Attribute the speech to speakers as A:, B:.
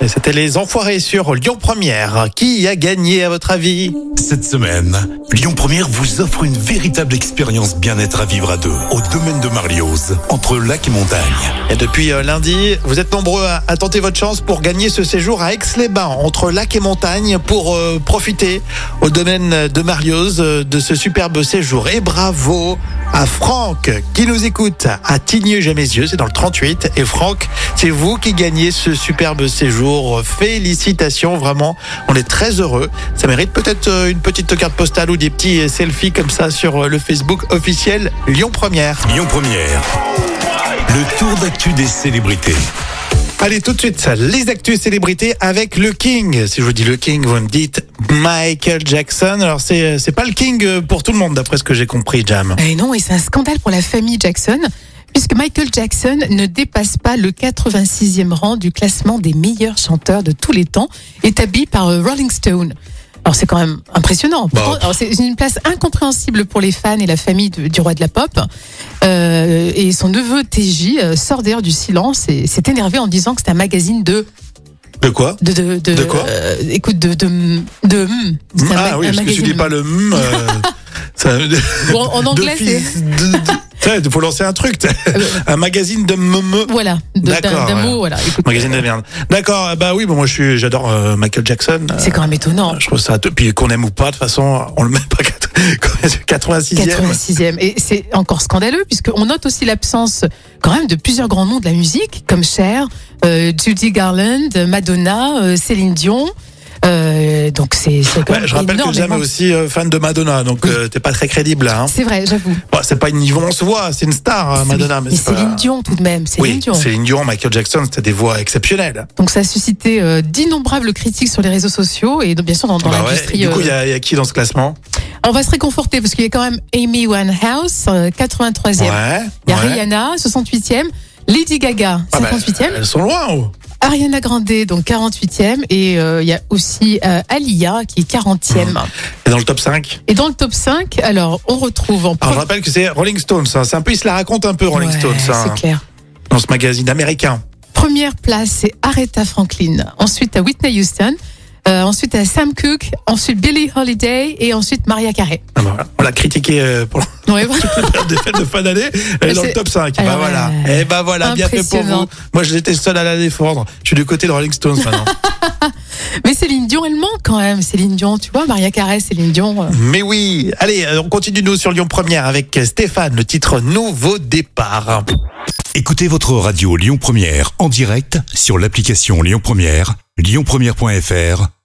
A: Et C'était les enfoirés sur Lyon Première. Qui a gagné à votre avis
B: Cette semaine, Lyon Première vous offre une véritable expérience bien-être à vivre à deux au domaine de Marlioz, entre lac et montagne.
A: Et depuis euh, lundi, vous êtes nombreux à, à tenter votre chance pour gagner ce séjour à Aix-les-Bains, entre lac et montagne, pour euh, profiter au domaine de Marioz euh, de ce superbe séjour. Et bravo à Franck qui nous écoute à Tigneux-Jamaisieux, c'est dans le 38. Et Franck, c'est vous qui gagnez ce superbe séjour. Félicitations, vraiment, on est très heureux. Ça mérite peut-être euh, une petite carte postale ou des petits euh, selfies comme ça sur euh, le Facebook officiel Lyon Première.
B: Lyon Première, le tour d'actu des célébrités.
A: Allez, tout de suite, les actus célébrités avec le King. Si je vous dis le King, vous me dites Michael Jackson. Alors, c'est, c'est pas le King euh, pour tout le monde, d'après ce que j'ai compris, Jam.
C: Et Ben non, et c'est un scandale pour la famille Jackson, puisque Michael Jackson ne dépasse pas le 86e rang du classement des meilleurs chanteurs de tous les temps, établi par euh, Rolling Stone. Alors c'est quand même
A: Bah,
C: impressionnant. Pourtant, alors, c'est une place incompréhensible pour les fans et la famille de- du roi de la pop. Euh, et son neveu TJ euh, sort d'ailleurs du silence et s'est énervé en disant que c'est un magazine de
A: De quoi
C: de de,
A: De quoi
C: euh, écoute de de de, hmm. C'est un
A: Ah
C: ma-
A: oui,
C: un
A: parce que tu
C: magazine.
A: dis pas le mm, euh, ça-
C: Bon, en
A: de
C: anglais c'est
A: fils- de- de- Tiens, Il faut lancer un truc. t'as- un magazine de mm.
C: voilà de- d'un
A: D'accord,
C: d'un
A: ouais.
C: mot voilà écoute,
A: Magazine de merde. D'accord, bah oui, bon, moi je suis, j'adore euh, Michael Jackson. Euh,
C: c'est quand même étonnant
A: Je trouve ça. Puis qu'on aime ou pas, de toute façon, on le met pas 86 e
C: 86e. Et c'est encore scandaleux, puisqu'on note aussi l'absence, quand même, de plusieurs grands noms de la musique, comme Cher, euh, Judy Garland, Madonna, euh, Céline Dion. Euh, donc c'est c'est quand
A: Ouais,
C: même
A: je rappelle que Jam
C: énormément.
A: est aussi euh, fan de Madonna, donc euh, t'es pas très crédible là. Hein.
C: C'est vrai, j'avoue.
A: Bon, c'est pas une Yvon on se voit, c'est une star, euh, Madonna.
C: mais
A: c'est pas-
C: Céline Dion, tout de même. Céline
A: Oui,
C: Dion.
A: Céline Dion, Michael Jackson, c'était des voix exceptionnelles.
C: Donc ça a suscité euh, d'innombrables critiques sur les réseaux sociaux et donc, bien sûr dans, dans
A: Bah ouais,
C: l'industrie.
A: Du coup,
C: euh,
A: il y, a- il y a qui dans ce classement
C: On va se réconforter parce qu'il y a quand même Amy Winehouse, euh, 83e.
A: Ouais.
C: Il y a
A: ouais.
C: Rihanna, 68e. Lady Gaga,
A: Ah bah,
C: 58e.
A: Elles sont loin, oh.
C: Ariana Grande, donc 48e, et euh, il y a aussi euh, Alia qui est 40e.
A: Et dans le top 5
C: Et dans le top 5, alors on retrouve en
A: Alors, je
C: premier-
A: rappelle que c'est Rolling Stones. hein. C'est un peu, ils se la racontent un peu, Rolling
C: Ouais,
A: Stones, hein,
C: C'est clair.
A: dans ce magazine américain.
C: Première place, c'est Aretha Franklin. Ensuite, à Whitney Houston. Euh, ensuite, à Sam Cooke. Ensuite, Billie Holiday. Et ensuite, Maria Carey.
A: Ah bah, voilà. On l'a critiqué euh, pour
C: Ouais, voilà.
A: la défaite de fin d'année. Elle est
C: Mais
A: dans le
C: c'est-
A: top 5.
C: Alors,
A: bah voilà.
C: euh,
A: Eh bah voilà, bien fait pour vous.
C: impressionnant.
A: Moi, j'étais seul à la défendre. Je suis du côté de Rolling Stones maintenant.
C: Mais Céline Dion, elle manque quand même. Céline Dion, tu vois, Maria Carey, Céline Dion. euh.
A: Mais oui. Allez, euh, on continue nous sur Lyon Première avec Stéphane, le titre Nouveau départ.
B: Écoutez votre radio Lyon Première en direct sur l'application Lyon Première, lyonpremière.fr